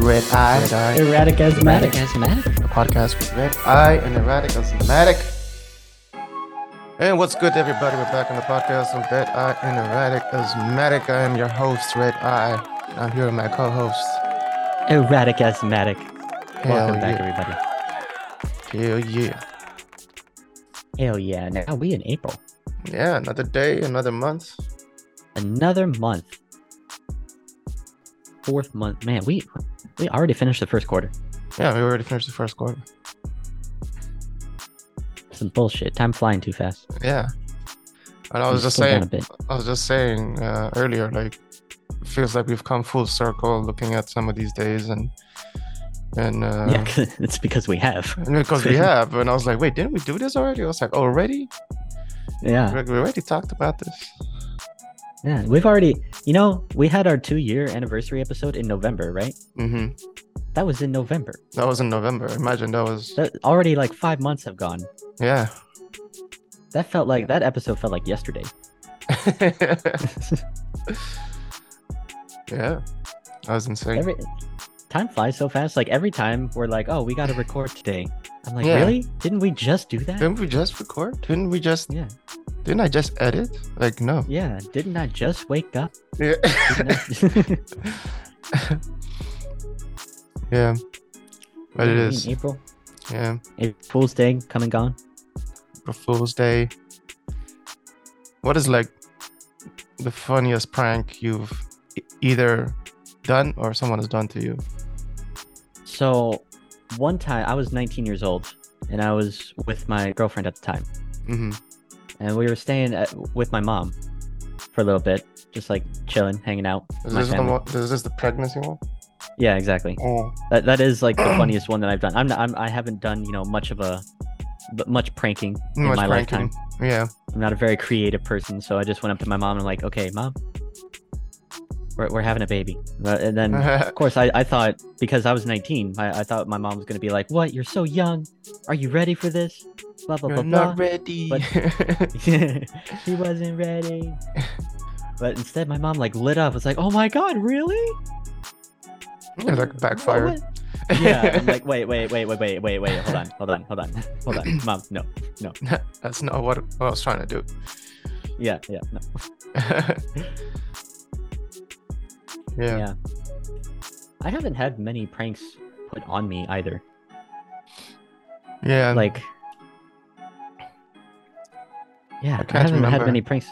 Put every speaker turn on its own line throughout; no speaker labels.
Red Eye,
Red Eye,
Erratic
Erratic
asthmatic.
Asthmatic.
a podcast with Red Eye and Erratic Asthmatic. And what's good, everybody? We're back on the podcast with Red Eye and Erratic Asthmatic. I am your host, Red Eye. I'm here with my co-host.
Erratic Asthmatic.
Hell
Welcome back,
yeah.
everybody.
Hell yeah.
Hell yeah. Now we in April.
Yeah, another day, another month.
Another month. Fourth month. Man, we we already finished the first quarter.
Yeah, we already finished the first quarter.
Some bullshit. Time flying too fast.
Yeah. And I was
I'm
just
still down a
saying,
bit.
I was just saying uh, earlier, like, it feels like we've come full circle looking at some of these days and, and, uh,
Yeah, 'cause it's because we have.
and because we have. And I was like, wait, didn't we do this already? I was like, already?
Yeah.
Like, we already talked about this.
Yeah. We've already, you know, we had our two year anniversary episode in November, right?
hmm
That was in November.
That was in November. Imagine that was,
That already like five months have gone.
yeah.
That felt like that episode felt like yesterday.
yeah. That was insane.
every time flies so fast like every time we're like oh we gotta record today i'm like
Yeah.
really didn't we just do that
didn't we just record? Didn't we just,
yeah
didn't I just edit? Like, no.
yeah didn't i just wake up
Yeah.
Didn't
Yeah.
I-
But it
in
is.
april
Yeah.
April fool's day come and gone
April Fool's Day. What is like the funniest prank you've e- either done or someone has done to you?
so one time i was 19 years old and i was with my girlfriend at the time
Mm-hmm.
and we were staying at, with my mom for a little bit just like chilling hanging out with
Is
my
this, the
family.
one, is this the pregnancy one?
yeah exactly
Oh.
That that is like the funniest one that I've done. I'm not, I'm I haven't done you know much of a but much pranking in
Much
my
pranking.
lifetime.
Yeah.
I'm not a very creative person, so I just went up to my mom and I'm like, okay, mom, we're we're having a baby, Uh, and then.
Uh-huh.
Of course, I, I thought because I was 19, I, I thought my mom was going to be like, What? You're so young. Are you ready for this? Blah, blah,
You're
blah,
not
blah.
ready.
she wasn't ready. But instead, my mom like lit up. was like, Oh my God, really?
Yeah, that backfired.
yeah, I'm like, wait, wait, wait, wait, wait, wait, wait, hold on, hold on, hold on, hold on, mom, no,
That's not what I was trying to do.
yeah, yeah, no,
yeah.
yeah.
yeah.
I haven't had many pranks put on me either.
Um,
like, yeah,
can't
I, haven't had
remember.
many pranks.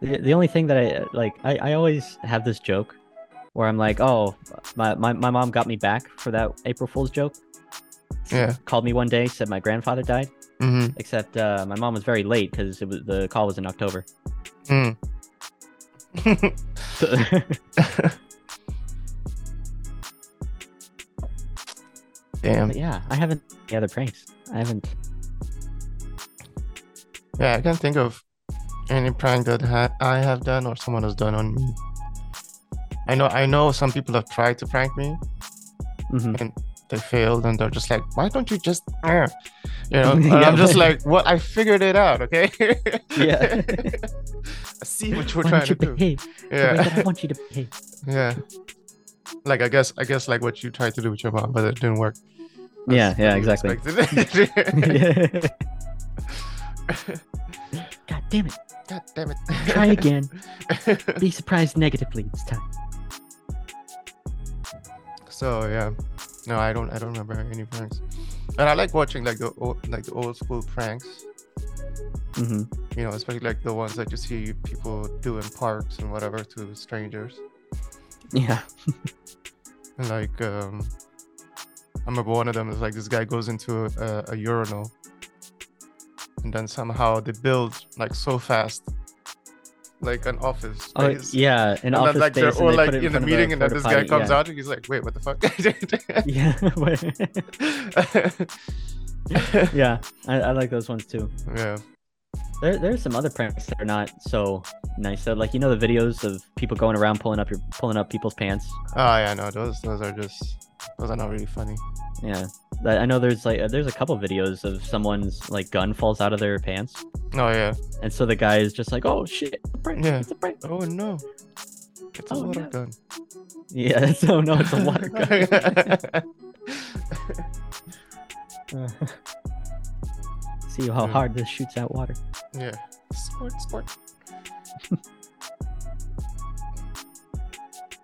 The, the only thing that I uh, like, I, I always have this joke where I'm like, oh, my, my, my mom got me back for that April Fool's joke.
Yeah.
Called me one day, said my grandfather died,
hmm
except uh, my mom was very late because was the call was in October.
Mm.
So-
Damn.
But yeah, I haven't any other pranks. I haven't.
Yeah, I can't think of any prank that ha- I have done or someone has done on me. I know, I know, some people have tried to prank me.
Mhm.
They failed, and they're just like, "Why don't you just?" uh?" You know, and
Ah. Yeah.
I'm just like, "What? I figured it out, okay?
Yeah.
I see what you're
Why
trying
don't
to
you
do.
behave the way that I
Yeah,
want you to behave?
yeah. Like I guess, I guess, like what you tried to do with your mom, but it didn't work.
Yeah,
as-
yeah,
as you
exactly.
expected.
God damn it!
God damn it!
Try again. Be surprised negatively this time.
So yeah, no, I don't. I don't remember any pranks, and I like watching like the old, like the old school pranks.
hmm
You know, especially like the ones that you see people do in parks and whatever to strangers.
Yeah.
And like, um, I remember one of them is like this guy goes into a, a urinal, and then somehow they build like so fast, like an office
Oh,
space.
yeah.
And
An office
then, like, they're
space, and
all
they
like
put it
in
in,
the
front of
meeting, and then this
porta
guy
potty,
comes
yeah.
out and he's like, "Wait, what the fuck?"
Yeah. yeah. I, I like those ones too.
yeah.
There, there are some other pranks that are not so nice. So, like you know the videos of people going around pulling up your pulling up people's pants.
Oh yeah, no, those those are just those are not really funny.
Yeah, I I know. There's like uh, there's a couple videos of someone's like gun falls out of their pants,
Oh yeah.
and so the guy is just like, "Oh shit, it's a prank!
Yeah.
It's a prank!"
Oh no. It's a
Oh,
water
no.
gun.
Yeah. So no, it's a water gun. See how
Yeah.
hard this shoots out water.
yeah. Squirt, squirt.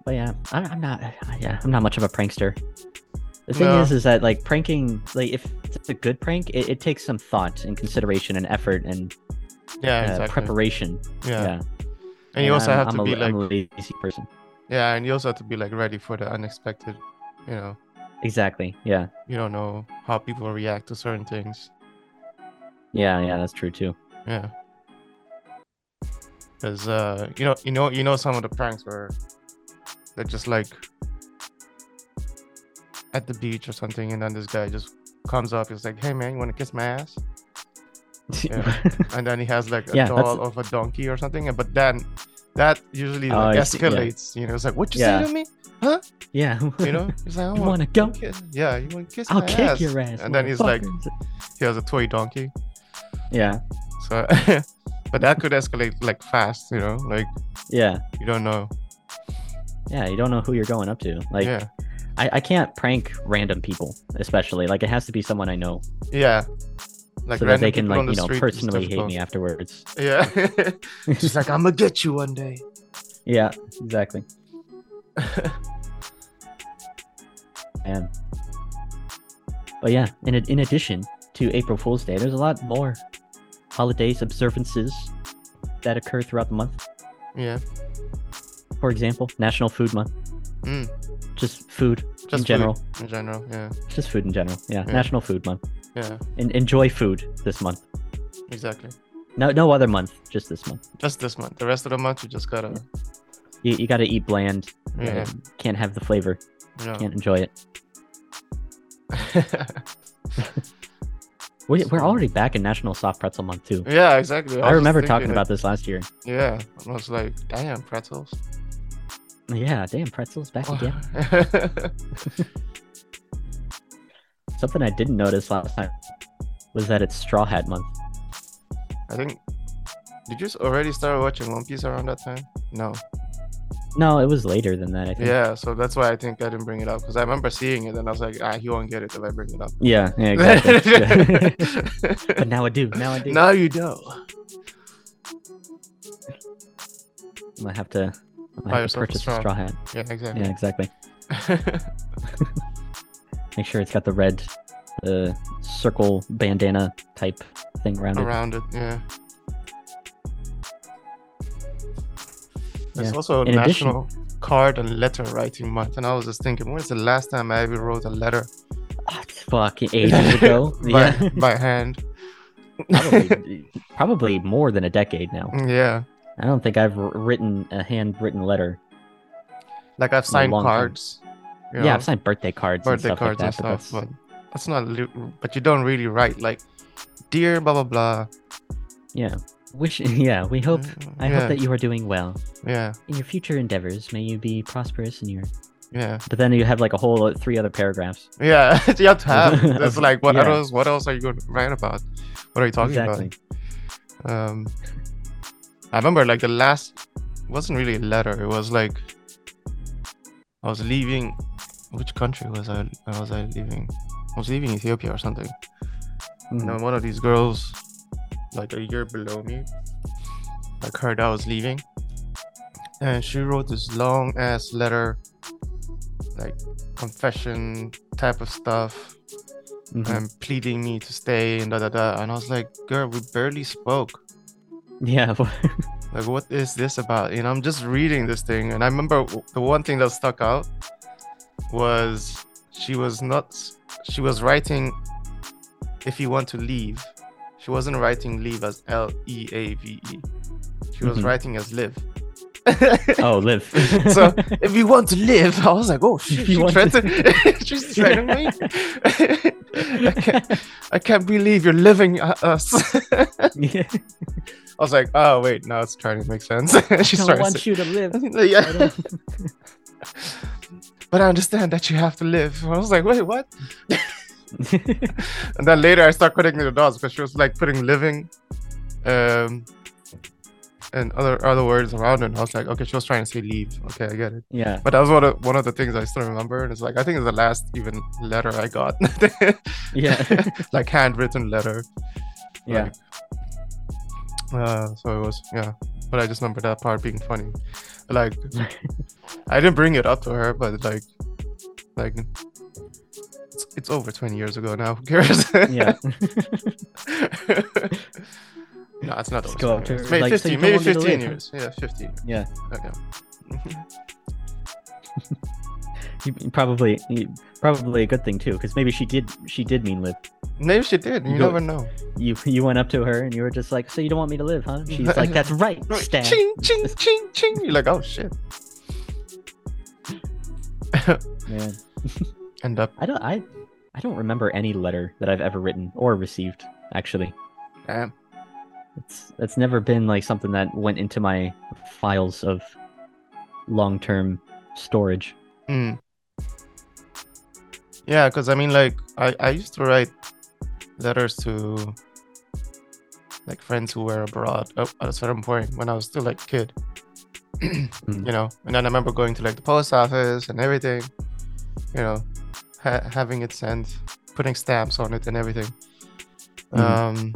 But yeah, I, I'm not. Yeah, I'm not much of a prankster. The thing
No.
is, is that like pranking, like if it's a good prank, it, it takes some thought and consideration and effort and
Yeah,
uh,
exactly.
preparation.
yeah.
yeah.
and you also
I'm-
have
I'm
to
a,
be
I'm
like,
a lazy person.
yeah, and you also have to be like ready for the unexpected. You know,
Exactly. Yeah.
you don't know how people react to certain things.
Yeah. Yeah. That's true too.
Yeah. Because uh, you know, you know, you know, some of the pranks were they're just like at the beach or something, and then this guy just comes up. He's like, "Hey man, you want to kiss my ass?" Yeah. And then he has like a
Yeah, that's-
doll of a donkey or something. and- But then that usually
Oh,
like,
I see, yeah.
escalates. You know, it's like, "What you
Yeah.
say to me?"
yeah.
You know, he's like, "I
You
want
wanna go?
kiss- Yeah, you want to kiss
I'll
my
kick
ass?"
your ass.
And then he's like,
motherfuckers.
he has a toy donkey.
Yeah.
So, but that could escalate like fast. You know, like
Yeah.
you don't know.
Yeah. You don't know who you're going up to. Like,
yeah.
I, I can't prank random people, especially. Like, it has to be someone I know
Yeah. Like
so that they
random
can,
people on
like, you
the
know,
street is
personally hate me
difficult.
afterwards.
Yeah. She's like, I'm gonna get you one day.
Yeah. Exactly. Man. But yeah, in, ad- in addition to April Fool's Day, there's a lot more holidays, observances that occur throughout the month.
Yeah.
For example, National Food Month.
Mm,
Just food
just
in
food
general.
In general, yeah.
Just food in general. Yeah.
Yeah.
National Food Month.
Yeah.
En- enjoy food this month.
Exactly.
No, no other month. Just this month.
Just this month. The rest of the month, you just gotta.
You, you got to eat bland. uh,
Yeah.
Can't have the flavor.
Yeah.
Can't enjoy it. We're, we're already back in National Soft Pretzel Month too.
Oh, yeah. Exactly.
I
was
remember
just
talking
thinking
about this last year.
it. Yeah. I was like, damn pretzels.
Yeah, damn pretzels back again.
yeah.
Something I didn't notice last time was that it's Straw Hat Month.
I think. Did you s- already start watching One Piece around that time? No.
No, it was later than that. I think.
Yeah. So that's why I think I didn't bring it up because I remember seeing it and I was like, ah, he won't get it if I bring it up.
Yeah, yeah, exactly. Yeah. but now I do. Now I do.
now you know.
I'm gonna have to, I'm
Buy
gonna have to
yourself a
purchase a straw.
straw.
hat.
Yeah,
Yeah,
exactly.
exactly. Make sure it's got the red, uh, circle bandana type thing around it.
Around it, yeah. There's
Yeah.
also
In addition-
National Card and Letter Writing Month, and I was just thinking, when's the last time I ever wrote a letter
Ah, it's fucking ages ago.
by,
yeah,
by hand?
probably, probably more than a decade now.
yeah,
I don't think I've wr- written a handwritten letter.
like I've signed
long time.
cards. you
Yeah,
know,
I've signed birthday cards
birthday
and stuff
cards
like
and
that.
stuff,
but
but that's not. Li- but you don't really write like, dear blah blah blah.
that's- yeah, wish. Yeah, we hope. I
yeah,
hope that you are doing well
yeah,
in your future endeavors. May you be prosperous in your.
yeah,
But then you have like a whole uh, three other paragraphs.
yeah. you have to have. It's
Of-
like what
yeah.
else? What else are you going to write about? What are you talking about?
exactly.
um i remember like the last wasn't really a letter it was like i was leaving which country was i was i leaving i was leaving ethiopia or something and
Mhm.
then one of these girls like a year below me like heard i was leaving and she wrote this long ass letter like confession type of stuff
Mhm.
and pleading me to stay and da da da and i was like girl we barely spoke
Yeah.
like what is this about you know i'm just reading this thing and i remember w- the one thing that stuck out was she was not she was writing if you want to leave she wasn't writing leave as E l-e-a-v-e she was
Mhm.
writing as live
oh, live.
So, if you want to live i was like oh shit,
If you
she
want
tried to, she's threatening me I, can't, I can't believe you're living uh, us i
Yeah.
was like oh wait now it's trying to make sense she's
don't
trying
want
to
you to live. I
yeah.
don't-
But I understand that you have to live. I was like, wait, what? And then later I start connecting the dots because she was like putting living, um, and other other words around it. And I was like, okay, she was trying to say leave. Okay, I get it.
Yeah.
But that was one of one of the things I still remember, and it's like I think it's the last even letter I got.
Yeah.
like handwritten letter.
Yeah.
Like, uh, so it was yeah, but I just remember that part being funny. Like, I didn't bring it up to her, but like, like. It's, it's over 20 years ago now. Who cares?
yeah.
No, it's not
Let's
those.
go up to
years.
her,
Maybe
like, so
15,
you don't
maybe
want me to
15
leave, huh?
years. Yeah, 15.
Yeah.
Okay.
You- you Probably you- probably a good thing too, because maybe she did she did mean live.
Maybe she did. You,
You go-
never know.
You you went up to her and you were just like, so you don't want me to live, huh? And She's like, that's right,
Right,
Stan.
Ching, ching, ching, ching. You're like, oh shit.
Man,
End up.
I don't I I don't remember any letter that I've ever written or received. Actually,
Damn.
it's that's never been like something that went into my files of long term storage.
Hmm. Yeah, because I mean, like, I, I used to write letters to like friends who were abroad at at a certain point when I was still like kid, you know. And then I remember going to like the post office and everything, you know, ha- having it sent, putting stamps on it and everything.
Mhm.
Um,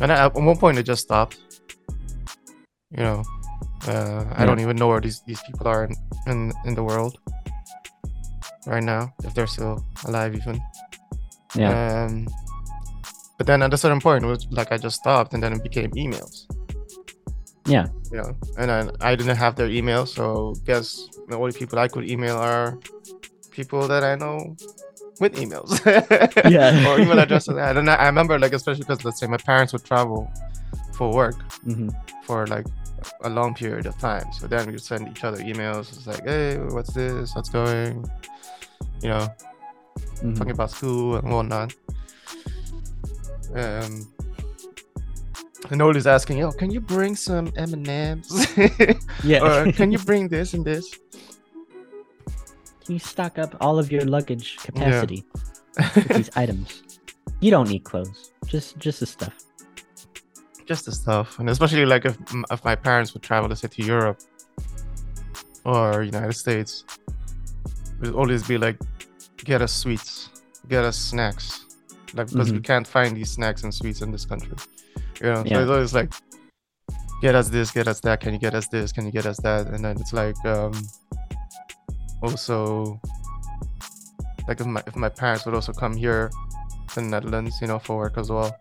and I, at one point it just stopped. You know, uh, I
Yeah.
don't even know where these, these people are in, in in the world right now, if they're still alive even.
Yeah,
Um, but then at a certain point, it was like I just stopped, and then it became emails.
Yeah.
You know, and then I didn't have their email, so guess the only people I could email are people that I know with emails.
Yeah.
or email addresses. I don't know. I remember, like, especially because let's say my parents would travel for work
hmm
for like a long period of time. So then we would send each other emails. It's like, hey, what's this? What's going? You know,
mm-hmm.
talking about school and whatnot. Um, and always asking, "Yo, can you bring some M and M's?
yeah.
Or can you bring this and this?"
Can you stock up all of your luggage capacity with these items? You don't need clothes. Just just the stuff.
Just the stuff, and especially like if m- if my parents would travel, let's say to Europe or United States, it would always be like, "Get us sweets, get us snacks," like because we can't find these snacks and sweets in this country. You know,
Yeah.
so it's always like, get us this, get us that. Can you get us this? Can you get us that? And then it's like, um, also, like if my if my parents would also come here to the Netherlands, you know, for work as well.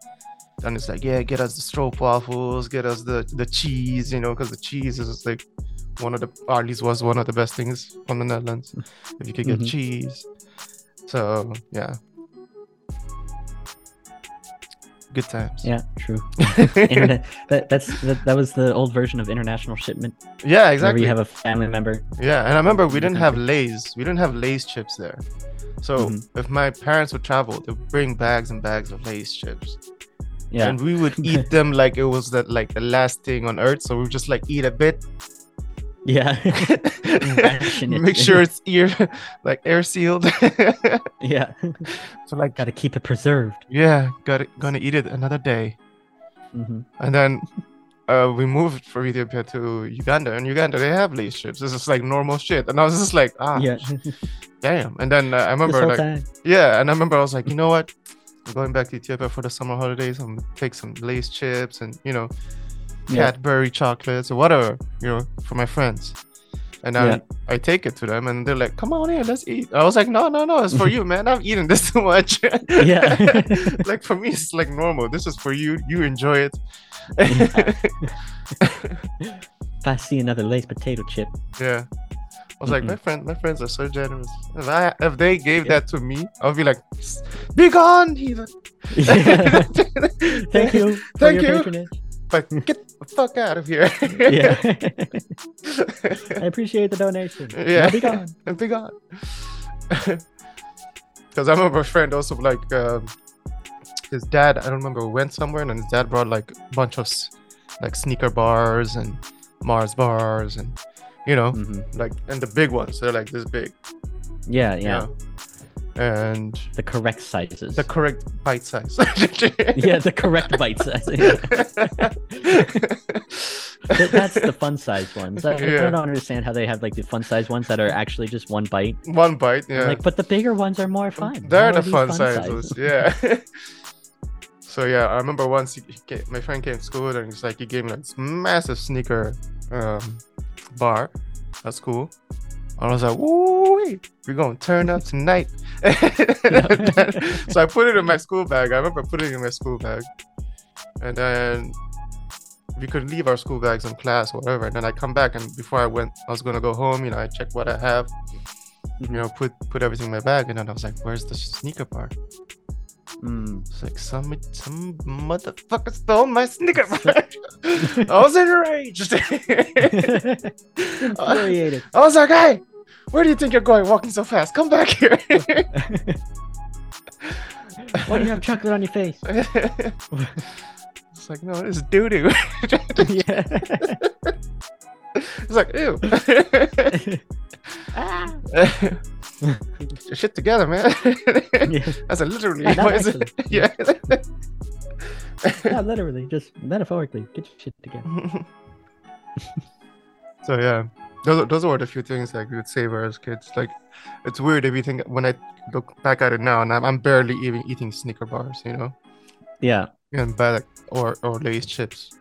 Then it's like, yeah, get us the stroopwafels, get us the the cheese, you know, because the cheese is like one of the, or at least was one of the best things from the Netherlands. If you could get
Mhm.
cheese, so yeah, good times.
Yeah, true.
Yeah,
Internet. that, that's that, that was the old version of international shipment. Whenever
exactly.
you have a family member.
Yeah, and I remember we
in the
didn't have Lay's. We didn't have Lay's chips there. So
Mhm.
if my parents would travel, they would bring bags and bags of Lay's chips,
Yeah.
and we would eat them like it was that like the last thing on earth. So we would just like eat a bit,
yeah. Ration it.
make sure it's ear like air sealed. so
yeah.
like,
Got to keep it preserved.
yeah, got it, gonna eat it another day.
hmm
And then uh, we moved from Ethiopia to Uganda, and Uganda they have Lay's chips. This is like normal shit, and I was just like, ah,
yeah.
damn. And then uh, I
this
remember
whole
like.
time.
Yeah, and I remember I was like, you know what? I'm going back to Ethiopia for the summer holidays. I'm gonna take some Lay's chips and you know
Yeah.
Cadbury chocolates or whatever, you know, for my friends. And I,
Yeah.
I take it to them, and they're like, "Come on in, let's eat." I was like, "No, no, no, it's for you, man. I've eaten this too much.
Yeah.
like for me, it's like normal. This is for you. You enjoy it.
If I see another Lay's potato chip,
yeah." I was like,
Mm-mm.
my friend, my friends are so generous. If I, if they gave
Mm-hmm. Yeah.
that to me, I'll be like, be gone, heathen.
thank you. for
Thank
your
you.
Patronage.
But get the fuck out of here.
Yeah. I appreciate the donation.
Yeah.
Now be gone.
and be gone. Because I remember a friend also like um, his dad. I don't remember went somewhere, and his dad brought like a bunch of s- like sneaker bars and Mars bars, and you know,
Mhm.
like and the big ones. They're like this big.
Yeah, yeah.
you know. and
the correct sizes.
the correct bite size.
yeah, the correct bite size. That- That's the fun size ones. I, I
Yeah.
don't understand how they have like the fun size ones that are actually just one bite.
One bite, yeah.
Like, but the bigger ones are more fun.
They're
How are
the
these
fun, sizes, yeah. so yeah, I remember once he, he came, my friend came to school and he's like, he gave me like, this massive sneaker um, bar at school. And I was like, "Ooh, we're gonna turn up tonight." so I put it in my school bag. I remember putting it in my school bag, and then we could leave our school bags in class, or whatever. And then I come back, and before I went, I was gonna go home. You know, I checked what I have, you know, put put everything in my bag, and then I was like, "Where's the sneaker bar?"
Mm.
It's like some some motherfucker stole my sneaker bar. I was enraged.
Hmm. Infuriated.
I was like, "Hey, where do you think you're going? Walking so fast? Come back here!"
Why do you have chocolate on your face?
it's like, no, it's doo doo.
yeah.
It's like, ew.
Ah.
Get your shit together, man.
yeah.
That's a literally
Yeah, not
what is it? Yeah.
Not literally, just metaphorically. Get your shit together.
so yeah, those those were the few things like we would say were as kids. Like, it's weird if you think when I look back at it now, and I'm, I'm barely even eating Snicker bars, you know,
Yeah.
and buy like or or Lay's chips.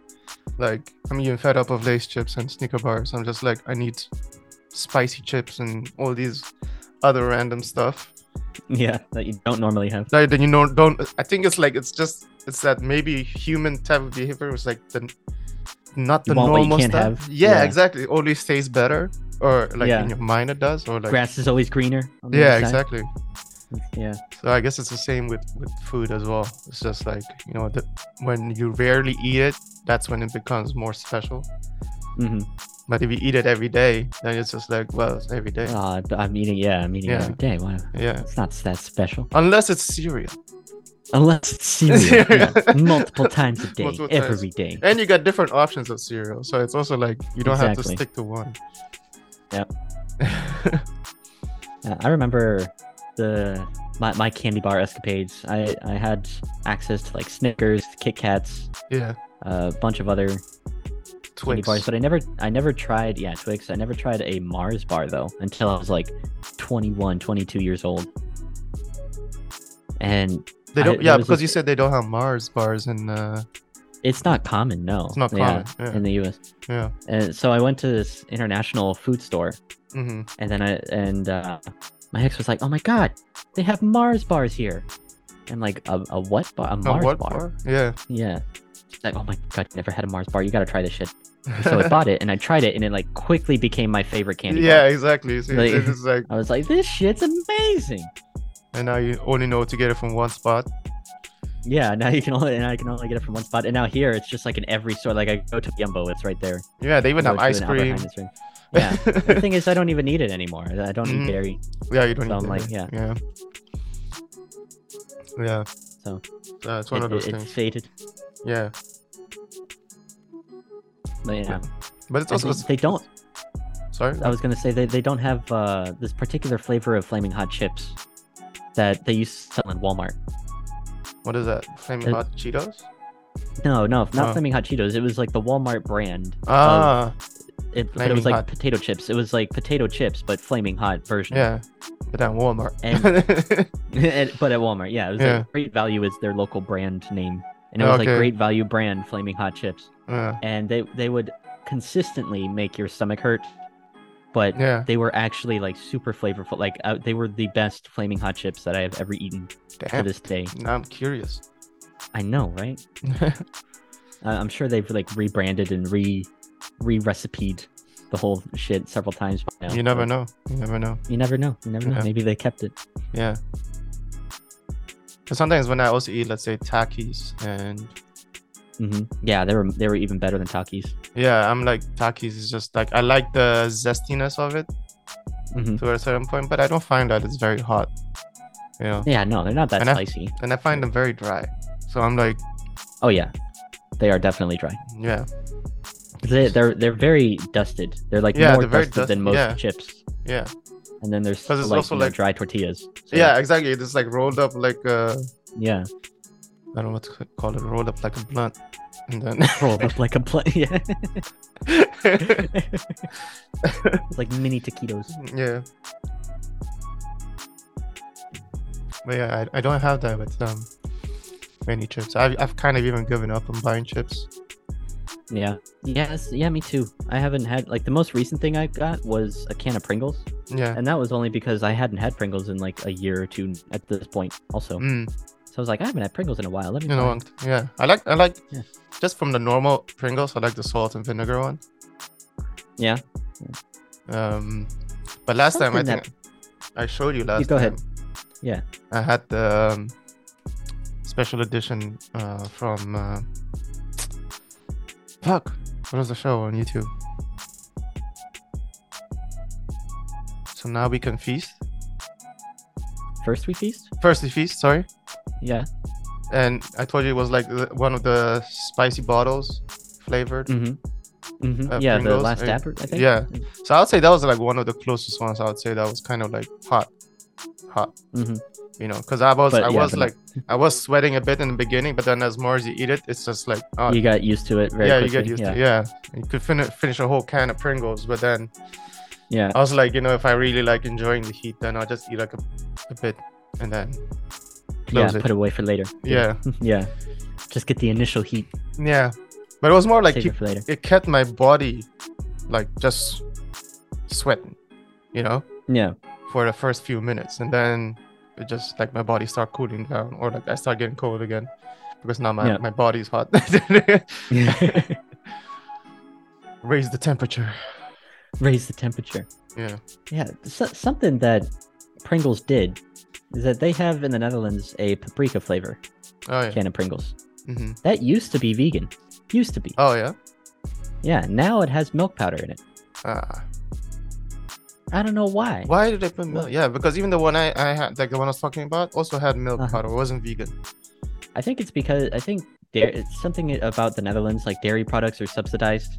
Like, I'm even fed up of Lay's chips and Snicker bars. I'm just like, I need spicy chips and all these other random stuff.
Yeah. That you don't normally have.
like then you know don't i think it's like it's just it's that maybe human type of behavior is like the not
You
the
want what you
normal
can't
stuff
have.
Yeah,
Yeah.
exactly it always tastes better or like
Yeah.
in your mind it does or like
Grass is always greener. on the
yeah
other side.
exactly
Yeah.
so i guess it's the same with with food as well it's just like you know the, when you rarely eat it that's when it becomes more special
hmm
but if you eat it every day then it's just like well it's every day
Uh, I'm eating. Yeah, I'm eating
Yeah.
every day. Wow.
yeah
It's not that special,
unless it's cereal
unless it's cereal
Cereal.
yeah, multiple times a day,
Multiple times.
every day.
and you got different options of cereal so it's also like you don't have to
Exactly.
stick to one
Yep.
yeah
Uh, I remember the my, my candy bar escapades. I I had access to like Snickers, Kit Kats,
Yeah,
a bunch of other candy
Twix.
bars, but I never I never tried yeah Twix. I never tried a Mars bar though until I was like 21, 22 years old. And
they
I-
don't.
there
yeah,
was
because
this-
you said they don't have Mars bars in. Uh,
it's not common, no.
it's not
Yeah,
common. Yeah.
in the U.S.
yeah.
And so I went to this international food store
hmm
And then I and uh, my ex was like, "Oh my god, they have Mars bars here." And like a, a what bar? A Mars
what
bar?
bar? Yeah.
Yeah. She's like, "Oh my god, you never had a Mars bar. You gotta try this shit." So I bought it and I tried it and it like quickly became my favorite candy.
yeah,
bar.
exactly. So
Like-
it's, it's like,
I was like, "This shit's amazing."
and now you only know to get it from one spot.
Yeah. Now you can only and I can only get it from one spot. And now here it's just like in every store. Like I go to Yumbo, it's right there.
Yeah, they even
I
have
go to
ice
an Albert
cream.
Heijn's right- Yeah. the thing is, I don't even need it anymore. I don't
Mhm.
need dairy.
yeah, you don't.
So I'm
need
like,
that. yeah. Yeah.
So
Uh, it's one
it-
of those
it-
things.
it's faded.
Yeah,
But yeah,
but it's
And
also
they- they don't.
sorry.
I was gonna say they, they don't have uh, this particular flavor of flaming hot chips that they used to sell in Walmart.
What is that? Flaming
it-
hot Cheetos.
No, no, not
Oh.
flaming hot Cheetos. It was like the Walmart brand.
Ah,
It, but it
Flaming
was like
Hot.
potato chips. It was like potato chips, but flaming hot version.
yeah. But then Walmart.
And- At- but at Walmart, yeah, it was
Yeah.
like Great Value is their local brand name, and it was
Okay.
like Great Value brand flaming hot chips,
yeah.
and they they would consistently make your stomach hurt, but
Yeah.
they were actually like super flavorful. Like uh, they were the best flaming hot chips that I have ever eaten to
Damn.
this day.
Now I'm curious.
I know, right? I- I'm sure they've like rebranded and re re recipeed the whole shit several times by now.
You never
but
know. You never know.
You never know. You never know.
Yeah.
Maybe they kept it.
Yeah. 'Cause sometimes when I also eat, let's say takis, and
hmm Yeah, they were they were even better than Takis.
yeah, I'm like takis is just like I like the zestiness of it
hmm
to a certain point, but I don't find that it's very hot. You know,
Yeah, no, they're not that
And I-
spicy.
and I find them very dry. So I'm like,
Oh yeah, they are definitely dry.
yeah,
They, they're they're very dusted. They're like
Yeah,
more
they're very
dusted than
dust-
most
yeah.
chips.
yeah.
and then there's
'Cause it's
like,
also,
you know,
like-
dry tortillas. So,
yeah, exactly. It's like rolled up like uh,
yeah,
I don't know what to call it. Rolled up like a blunt, and then
rolled up like a pla- yeah, like mini taquitos.
yeah. But yeah, I, I don't have that with um many chips. I've I've kind of even given up on buying chips.
Yeah, yes, yeah, me too. I haven't had like the most recent thing I got was a can of Pringles,
Yeah.
and that was only because I hadn't had Pringles in like a year or two at this point. Also,
Mm,
so I was like, I haven't had Pringles in a while. Let me
you know,
buy-"
want- yeah. I like I like
Yeah.
just from the normal Pringles. I like the salt and vinegar one.
yeah,
Um, but last time I
Something that-
think I showed you last.
go ahead.
time,
Yeah.
I had the um, special edition uh, from. Uh, fuck! What was the show on YouTube? So now we can feast.
first we feast.
First we feast, sorry.
Yeah,
And I told you it was like the- one of the spicy bottles flavored.
mm-hmm, mm-hmm.
Uh,
yeah, the
Pringles,
last
I-
dab, I think.
yeah. So I would say that was like one of the closest ones. I would say that was kind of like hot, hot.
mm-hmm.
you know because i was
But
i
yeah,
was
but-
like i was sweating a bit in the beginning but then as more as you eat it it's just like oh
you got used to it very
yeah you
quickly.
get used to it yeah you could finish finish a whole can of pringles but then
yeah.
i was like you know if i really like enjoying the heat then i'll just eat like a, a bit and then
yeah,
close it
put away for later.
yeah
yeah. Just get the initial heat.
yeah but it was more like
save
keep,
it for later.
it kept my body like just sweating you know
Yeah,
for the first few minutes and then it just like my body start cooling down or like i start getting cold again because now my,
Yeah.
my body's hot raise the temperature.
raise the temperature.
Yeah.
Yeah, so, something that Pringles did is that they have in the Netherlands a paprika flavor
Oh yeah.
can of Pringles
hmm
that used to be vegan. Used to be.
Oh yeah.
Yeah, now it has milk powder in it.
Ah.
I don't know why.
why did they put
Well-
milk? Yeah, because even the one I, I had, like the one I was talking about, also had milk
Uh-huh.
powder. It wasn't vegan.
I think it's because I think dairy, it's something about the Netherlands, like dairy products are subsidized.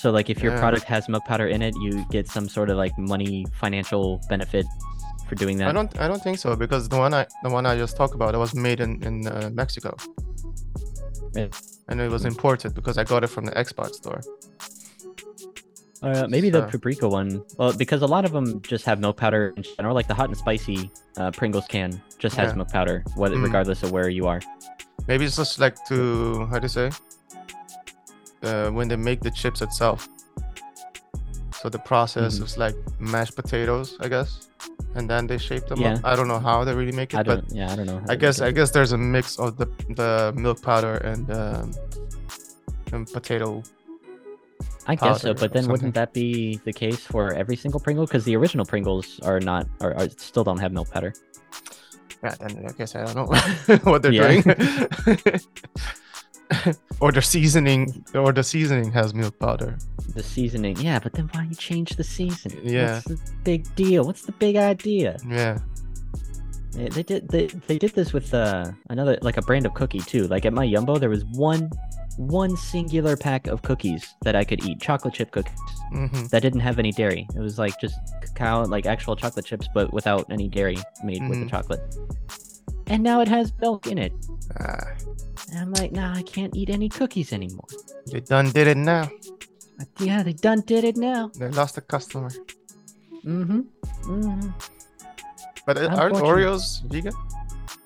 So like if your
Yeah.
product has milk powder in it, you get some sort of like money financial benefit for doing that.
I don't I don't think so because the one I the one I just talked about it was made in in uh, Mexico.
Yeah.
And it was imported because I got it from the Xbox store.
Uh, maybe the
So-
paprika one. Well, because a lot of them just have milk powder in general. Like the hot and spicy uh, Pringles can just has
Yeah.
milk powder, what,
Mm.
regardless of where you are.
Maybe it's just like to how do you say? Uh, when they make the chips itself. So the process
Mhm.
is like mashed potatoes, I guess, and then they shape them
Yeah.
up. I don't know how they really make
I
it, but
don't. Yeah, I don't know. how
I
to
guess I
make
guess there's a mix of the the milk powder and um, and potato.
it. I guess so.
powder or
But then
something.
wouldn't that be the case for every single Pringle? Because the original Pringles are not, are, are still don't have milk powder.
Yeah, then I guess I don't know what they're doing.
Yeah.
or the seasoning, or the seasoning has milk powder.
The seasoning, yeah. But then why you change the season?
Yeah.
What's the big deal? What's the big idea?
Yeah.
They, they did they, they did this with uh, another like a brand of cookie too. Like at my Yumbo, there was one one singular pack of cookies that I could eat, chocolate chip cookies
hmm
that didn't have any dairy. It was like just cacao, like actual chocolate chips, but without any dairy made with the
Mhm.
chocolate. And now it has milk in it.
Ah,
And I'm like, nah, I can't eat any cookies anymore.
they done did it now.
But yeah, they done did it now.
They lost a customer.
Mm-hmm. Mm-hmm.
But uh, aren't
Unfortunate.
Oreos vegan?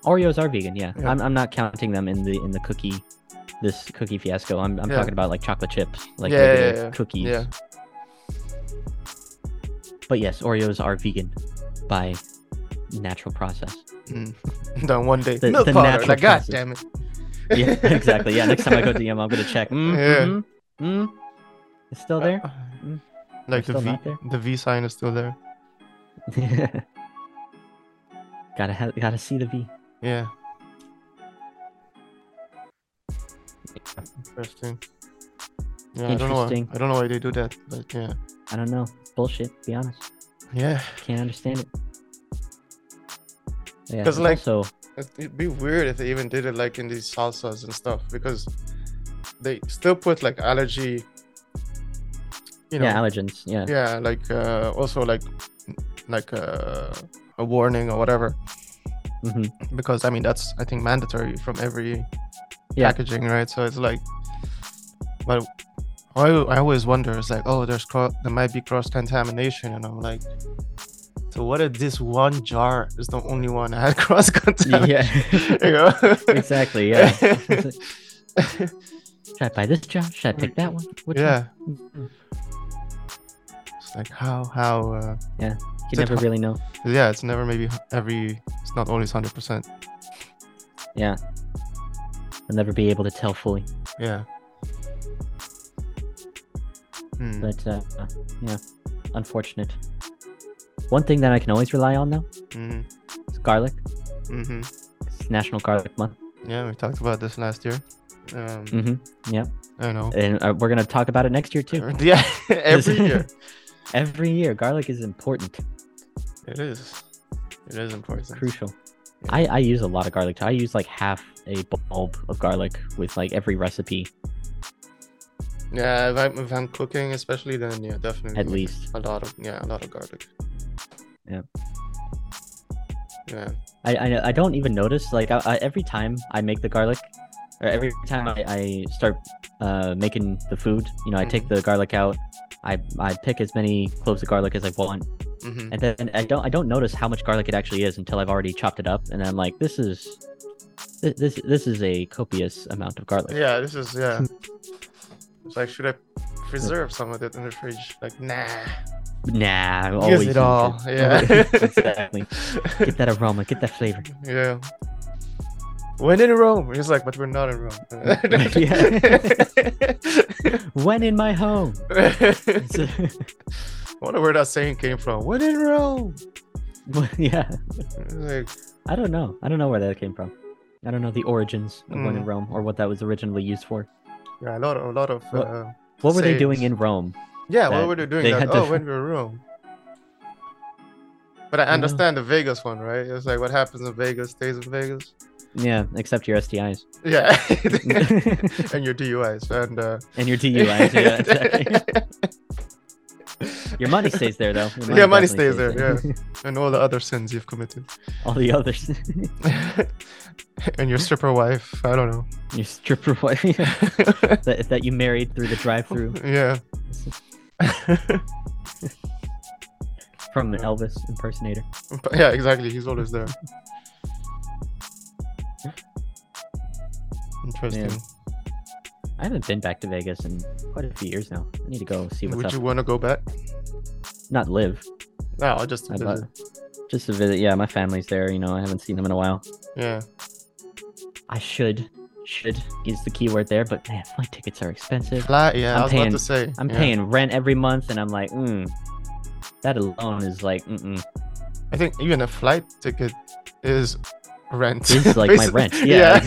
Oreos are vegan, yeah.
Yeah.
I'm, I'm not counting them in the in the cookie this cookie fiasco. I'm, I'm
Yeah.
talking about like chocolate chips, like
Yeah, yeah,
regular
yeah.
cookies.
Yeah.
But yes, Oreos are vegan by natural process.
Then Mm. one day
The-
milk
the
powder.
natural
Like, God
process.
damn it.
Yeah, exactly. Yeah, next time I go to Yum, I'm gonna check. Mm,
Yeah.
mhm, mm. It's still there. Mm.
Uh, Like the
still
V,
not there.
the V sign is still there.
gotta have, gotta see the V.
Yeah. Interesting. Yeah, I don't know. Why,
Interesting.
I don't know why they do that, but yeah,
I don't know. It's bullshit. to Be honest.
yeah.
Can't understand it. Yeah.
'Cause,
it's
like-
also,
It- It'd be weird if they even did it like in these salsas and stuff because they still put like allergy, you you know
yeah, allergens. Yeah.
yeah like uh, also like like uh, a warning or whatever
hmm
because i mean that's i think mandatory from every
Yeah.
packaging right so it's like but I, I always wonder it's like oh there's cro- there might be cross contamination and i'm like so what if this one jar is the only one that had cross contamination
Mm-hmm. Yeah.
you know?
exactly. Yeah. Should I buy this jar? Should I pick that one? Which one?
yeah
Mm.
it's like how how uh,
You never really know.
yeah it's never maybe every it's not always 100%
Yeah. I'll never be able to tell fully.
yeah Hmm.
But uh, uh, yeah, unfortunate. One thing that I can always rely on though
hmm
is garlic.
hmm
It's National Garlic Month.
Yeah, we talked about this last year. Um,
Mm-hmm. Yeah,
I don't know.
and uh, we're gonna talk about it next year too.
Yeah, every year.
Every year, garlic is important,
It is. It is important.
crucial. I, I use a lot of garlic. Too. I use like half a bulb of garlic with like every recipe
Yeah, if I'm, if I'm cooking, especially, then yeah, definitely.
at
like
least.
A lot of yeah, a lot of garlic.
Yeah.
Yeah.
I, I I don't even notice. Like I, I, every time I make the garlic, or every time I, I start uh, making the food, you know, I take
Mm-hmm.
the garlic out. I, I pick as many cloves of garlic as I want,
hmm
and then I don't I don't notice how much garlic it actually is until I've already chopped it up, and I'm like, this is thi- this this is a copious amount of garlic.
Yeah, this is yeah. It's like should I preserve some of it in the fridge? Like nah.
Nah, I'm
Use
always
it all, yeah.
exactly. Get that aroma, get that flavor.
Yeah. When in Rome, he's like, but we're not in Rome.
When in my home.
I wonder where that saying came from. When in Rome,
yeah.
like,
I don't know. I don't know where that came from. I don't know the origins of when in
Mm.
Rome or what that was originally used for.
yeah, a lot, of, a lot of.
What-
Uh,
What were they
Say-
doing in Rome?
yeah,
that
what were they doing?
they
that?
had to-
Oh, when we we're in Rome. But I
know.
understand the Vegas one, right? It's like what happens in Vegas stays in Vegas.
Yeah, except your STIs
Yeah, and your DUIs and uh,
and your DUIs. Yeah, exactly. Your money stays there though. Your
Yeah, money
definitely
stays there, and all the other sins you've committed,
All the others,
and
Hmm?
your stripper wife. I don't know.
your stripper wife that, that you married through the drive-through
yeah.
from the Elvis impersonator.
But yeah, exactly. He's always there. Interesting.
I haven't been back to Vegas in quite a few years now. I need to go see what's
Would
up.
you want to go back?
Not live,
No, I'll just
I
visit.
just to visit. Yeah, my family's there. You know, I haven't seen them in a while.
Yeah.
I should. Should is the key word there, but man, flight tickets are expensive.
Fly, yeah, i
I'm
was about
paying-
to say.
I'm
yeah.
paying rent every month, and I'm like, mm, that alone is like, mm-mm.
I think even a flight ticket is rent.
It's like my
Basi-
rent. Yeah,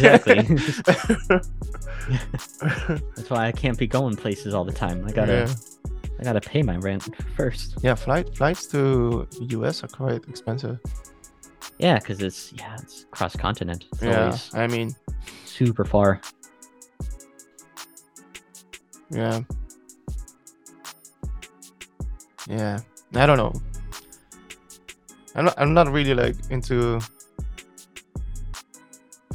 yeah.
That's why I can't be going places all the time. I gotta,
yeah.
I gotta pay my rent first.
yeah, flight flights to US are quite expensive.
Yeah, because it's yeah, it's cross continent. It's
yeah.
always
I mean,
super far.
yeah. Yeah. I don't know. I'm not, I'm not really like into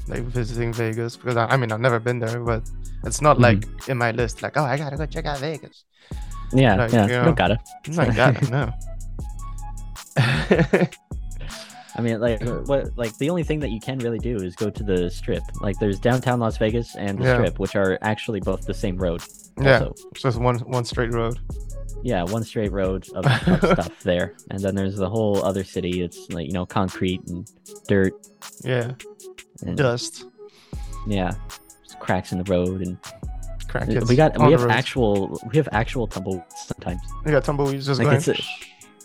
like visiting Vegas because I, I mean I've never been there, but it's not
Mhm.
like in my list like oh I gotta go check out Vegas.
Yeah,
Like,
yeah,
you
you
know.
don't gotta.
No, I got it. No.
I mean, like, what, like the only thing that you can really do is go to the Strip. Like, there's downtown Las Vegas and the
Yeah.
Strip, which are actually both the same road.
yeah,
Also.
it's just one one straight road.
yeah, one straight road of, of stuff there, and then there's the whole other city. It's like you know, concrete and dirt,
Yeah,
and
dust
yeah, just cracks in the road, and
crack.
we got
on
we
the
have
road.
actual we have actual tumble sometimes.
We got tumbleweeds just
like,
going.
it's a-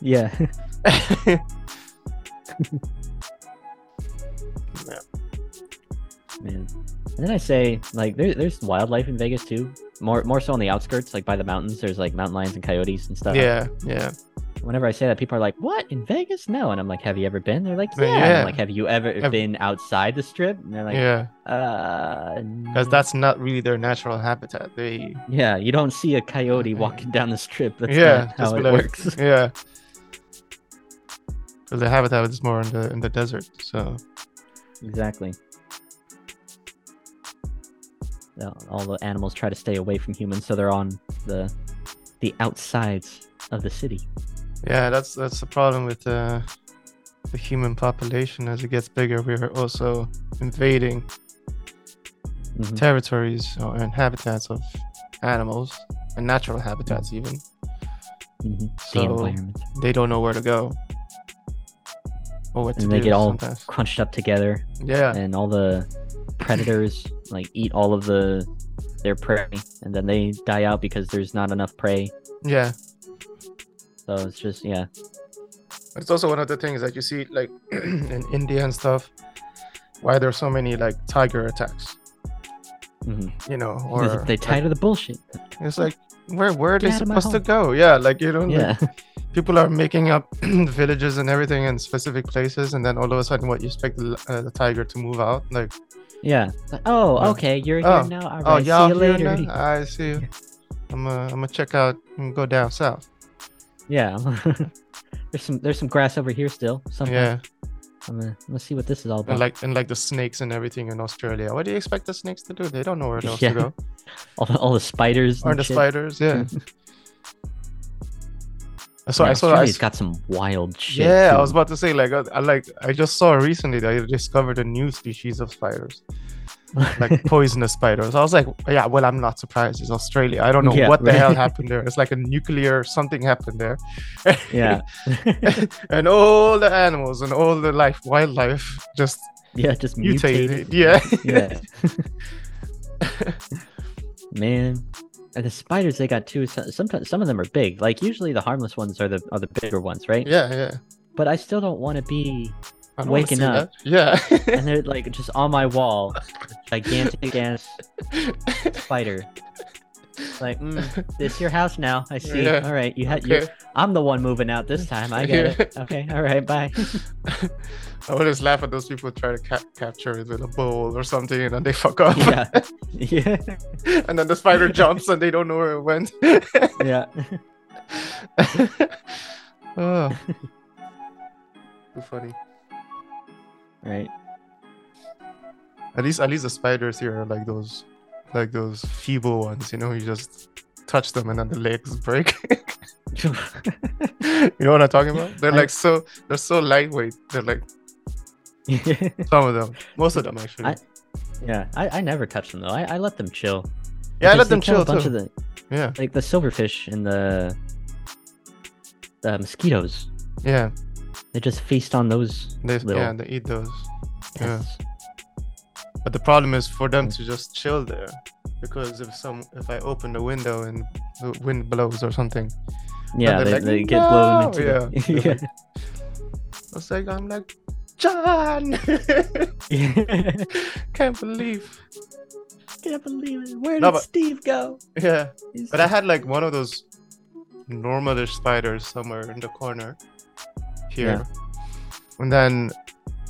Yeah, man. And then I say like there, there's wildlife in Vegas too. More more so on the outskirts, like by the mountains. There's like mountain lions and coyotes and stuff.
yeah, yeah.
whenever I say that, people are like, "What in Vegas? No." And I'm like, "Have you ever been?" They're like, "Yeah."
But
And I'm
yeah.
like, "Have you ever
Ev-
been outside the strip?" And they're like,
yeah,
"Uh."
because that's not really their natural habitat. They
Yeah, you don't see a coyote walking down the strip. That's
Yeah,
not how
just
it
be like-
works.
yeah, because the habitat is more in the in the desert. So
exactly. Yeah, All the animals try to stay away from humans, so they're on the the outsides of the city.
yeah, that's that's the problem with uh, the human population. As it gets bigger, we are also invading Mm-hmm.
Mhm.
territories or, and habitats of animals and natural habitats even.
Mhm. The
So
environment
they don't know where to go or what to
And they
do
get all
sometimes.
crunched up together,
Yeah,
and all the predators like eat all of the their prey, and then they die out because there's not enough prey.
yeah.
So it's just yeah,
It's also one of the things that you see like in India and stuff. Why there's so many like tiger attacks,
hmm
you know, or
they tired of the bullshit.
like, it's like where where are they
Get out of my
supposed to
home.
go? Yeah, like you know, like,
Yeah.
people are making up villages and everything in specific places, and then all of a sudden, what you expect the, uh, the tiger to move out? Like,
Yeah. Like, oh,
Yeah.
okay. You're
Oh.
here now. All
oh,
right.
y'all
see you
here
later.
now? I see you. I'm gonna I'm gonna check out and go down south.
Yeah. there's some there's some grass over here still. Something.
Yeah.
I'm gonna, I'm gonna see what this is all about.
and like and like the snakes and everything in Australia. What do you expect the snakes to do? They don't know where else
Yeah.
to go.
all, the, all the spiders.
Or
and
the
shit.
spiders, yeah. so
Yeah,
I saw, I,
Australia's
s-
got some wild shit.
yeah, I
too.
was about to say like I, I like I just saw recently that I discovered a new species of spiders, like poisonous spiders. I was like, yeah, well, I'm not surprised. It's Australia. I don't know
Yeah,
what the
right.
hell happened there. It's like a nuclear something happened there,
yeah.
and all the animals and all the life, wildlife, just
yeah. Just mutated.
mutated. Yeah,
Yeah. Man. And the spiders they got too. so- Sometimes some of them are big. Like usually the harmless ones are the are the bigger ones, right?
yeah, yeah.
But I still don't want to be
I don't wanna
Waking
see
up.
that. Yeah.
and they're like just on my wall, gigantic ass spider. Like, mm, this your house now? I see.
Yeah.
All right, you had.
Okay.
you I'm the one moving out this time. I get it. Okay. All right. Bye.
I would just laugh at those people try to ca- capture it with a bowl or something, and then they fuck up,
yeah. Yeah.
and then the spider jumps, and they don't know where it went.
Yeah.
oh. Too funny.
Right.
At least, at least the spiders here are like those, like those feeble ones. You know, you just touch them, and then the legs break. you know what I'm talking about? They're
I-
like so, they're so lightweight. They're like some of them, most of them actually.
I- yeah. I, I never touch them though. I, I let them chill.
yeah, I
Because
let
they
them
kill
chill
A bunch
too.
of the
Yeah,
like the silverfish and the the mosquitoes.
yeah,
They just feast on those.
they
Little.
yeah they eat those. Yeah.
pests.
But the problem is for them
Mm.
to just chill there, because if some if I open the window and the wind blows or something,
Yeah.
they're
They,
like,
they get blown
"No!"
into.
Yeah, they're
the-
like, I was like I'm like John,
yeah.
can't believe.
Can't believe it. Where
No,
did
but-
Steve go?
Yeah,
He's-
but I had like one of those normalish spiders somewhere in the corner here, and then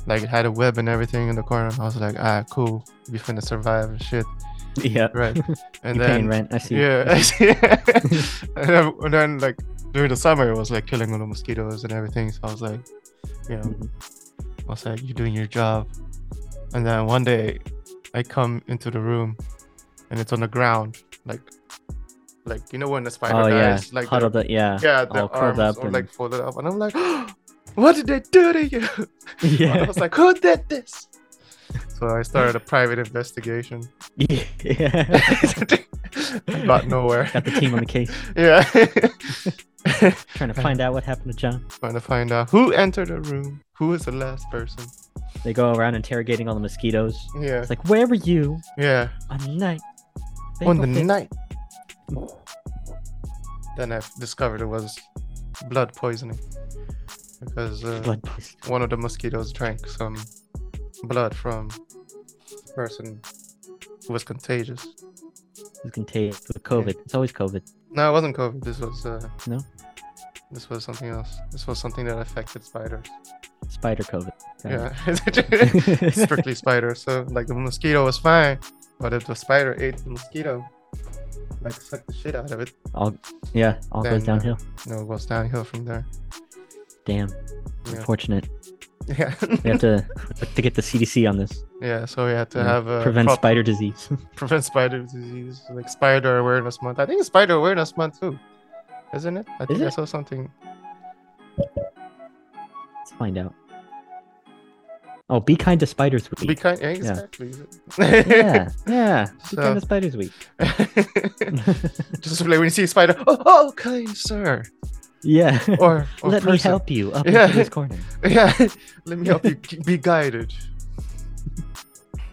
like it had a web and everything in the corner. And I was like, ah, cool, we finna survive and shit,
yeah.
right? And
You're
then
paying rent. I see.
Yeah,
I see.
and, then, and then like during the summer, it was like killing all the mosquitoes and everything. So I was like, you know,
Mhm.
I was like, you're doing your job. And then one day, I come into the room, and it's on the ground, like, like you know when the spider
Oh yeah.
dies, like the-
Huddled up. Yeah.
yeah, the
all curled
arms
up
are
and-
like folded up, and I'm like, what did they do to you? I
Yeah.
was like, who did this? So I started a private investigation.
Yeah.
I got nowhere.
Got the team on the case,
Yeah.
trying to find out what happened to John.
Trying to find out who entered the room, who is the last person.
They go around interrogating all the mosquitoes.
Yeah.
It's like, where were you
Yeah.
on the night?
On the
April 5th?"
night. Then I discovered it was blood poisoning because uh,
Blood poison.
one of the mosquitoes drank some blood from a person who was contagious.
It was contagious with COVID. It's always COVID.
No, it wasn't COVID. This was uh,
No?
This was something else. This was something that affected spiders.
Spider COVID. Got it.
Yeah, strictly spider. So like the mosquito was fine, but if the spider ate the mosquito, like sucked the shit out of it,
All yeah, all goes
Then, uh,
downhill.
you know, it goes downhill from there.
Damn.
Yeah.
Unfortunate.
Yeah,
We have to to get the CDC on this.
yeah. So we had to
Yeah.
have a
Prevent
prop-
spider disease.
prevent spider disease, like Spider Awareness Month. I think it's Spider Awareness Month too, isn't it? I think I
it?
saw something.
Let's find out. Oh, be kind to spiders week.
Be kind, yeah, exactly.
yeah, yeah. Be
So-
kind to spiders week.
Just like when you see a spider, oh, oh kind sir,
yeah.
or, or
Let me
person.
help you up
Yeah.
into this corner.
Yeah, let me help you g- be guided,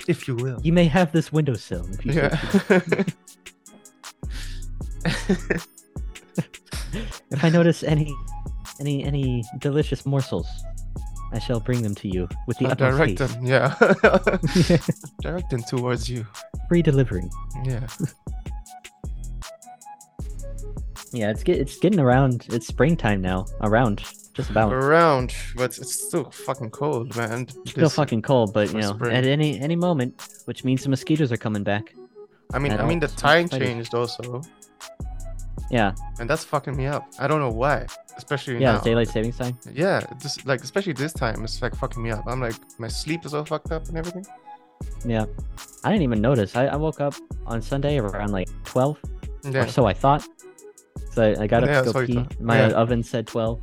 if you will.
You may have this windowsill if you so
Yeah.
If I notice any any any delicious morsels, I shall bring them to you with the
I'll
utmost
direct
haste.
them, yeah. direct them towards you.
Free delivery.
Yeah.
Yeah, it's get, it's getting around. It's springtime now. Around, just about.
Around, but it's still fucking cold, man.
Still
This-
fucking cold, but
for
you know,
spring.
at any any moment, which means the mosquitoes are coming back.
I mean,
at
I mean,
all.
the time
Spiders.
changed also,
Yeah,
and that's fucking me up. I don't know why, especially
yeah,
now.
it's daylight savings time.
Yeah, this like especially this time, it's like fucking me up. I'm like, my sleep is all fucked up and everything.
Yeah, I didn't even notice. I, I woke up on Sunday around like twelve or
Yeah,
so. I thought. So I, I got up
Yeah,
to
that's
go
what you
pee.
thought.
My
Yeah.
oven said twelve,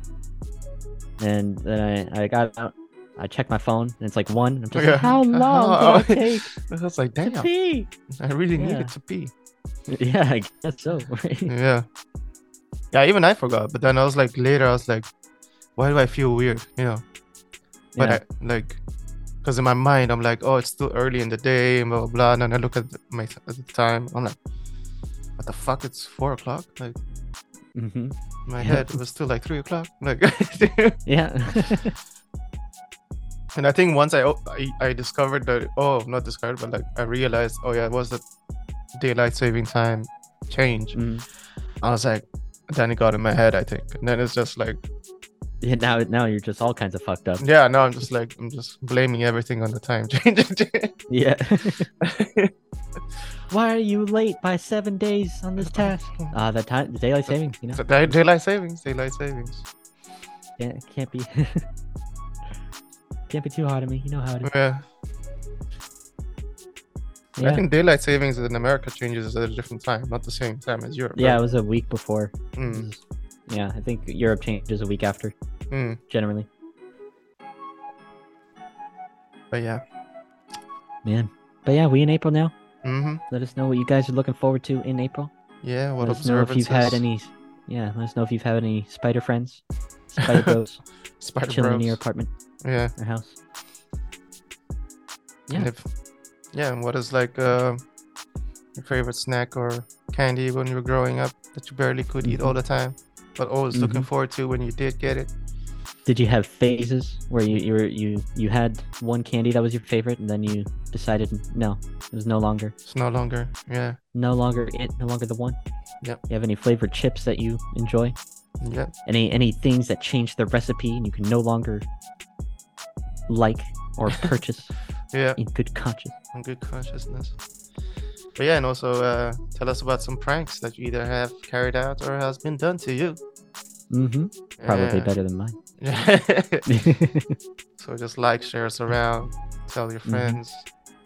and then I I got out. I checked my phone, and it's like one. I'm just
Yeah.
like, how long did I take
I was like,
to
damn,
pee?
I really
Yeah.
needed to pee.
Yeah, I guess so. right?
Yeah, yeah, even I forgot. But then I was like, later, I was like, why do I feel weird? You know, but
Yeah.
I like. Because in my mind, I'm like, oh, it's still early in the day, and blah, blah, blah. And then I look at the- my at the time. I'm like, what the fuck? It's four o'clock? Like,
Mhm.
my
Yeah.
head it was still like three o'clock like
Yeah.
and i think once I, o- I I discovered that oh not discovered but like i realized oh yeah it was the daylight saving time change
Mm.
i was like then it got in my head i think and then it's just like
Yeah, now now you're just all kinds of fucked up.
yeah now i'm just like i'm just blaming everything on the time change
Yeah. Why are you late by seven days on this task? Uh the time the daylight savings, you know.
So day- daylight savings daylight savings
Can't, can't be can't be too hard on me. You know how it is.
yeah.
Yeah.
i think daylight savings in america changes at a different time not the same time as europe
yeah, it
right?
was a week before. It
Mm,
was- Yeah, I think Europe changes a week after,
mm.
generally.
but yeah
Man. But yeah, we in April now.
hmm
Let us know what you guys are looking forward to in April.
yeah what
let us know if you've had
observances?
any yeah, let us know if you've had any spider friends, spider bros
Spider
chilling in
Bros.
your apartment
Yeah.
or house.
And
Yeah.
if, yeah. And what is like uh, your favorite snack or candy when you were growing up that you barely could eat all
Mm-hmm.
the time, but always looking forward to when you did get it?
Did you have phases where you you were, you you had one candy that was your favorite, and then you decided no, it was no longer
It's no longer. Yeah.
no longer it, no longer the one?
Yep.
You have any flavored chips that you enjoy?
Yeah.
Any any things that change the recipe and you can no longer like or purchase
Yeah.
in good conscience?
On good consciousness. But yeah, and also uh, tell us about some pranks that you either have carried out or has been done to you.
Mm-hmm. Probably
Yeah.
better than mine.
so just like, share us around, tell your
Mhm.
friends,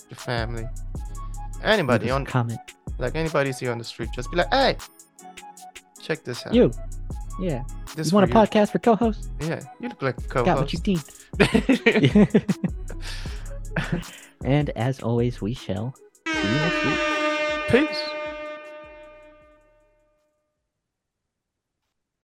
your family, anybody
Just
on
comment
like anybody see you on the street, just be like, hey, check this out.
you. Yeah.
this
you want
for
a podcast for co-host?
you. Yeah, you look like a co-host.
Got what you need. and as always, we shall see you next week.
Peace.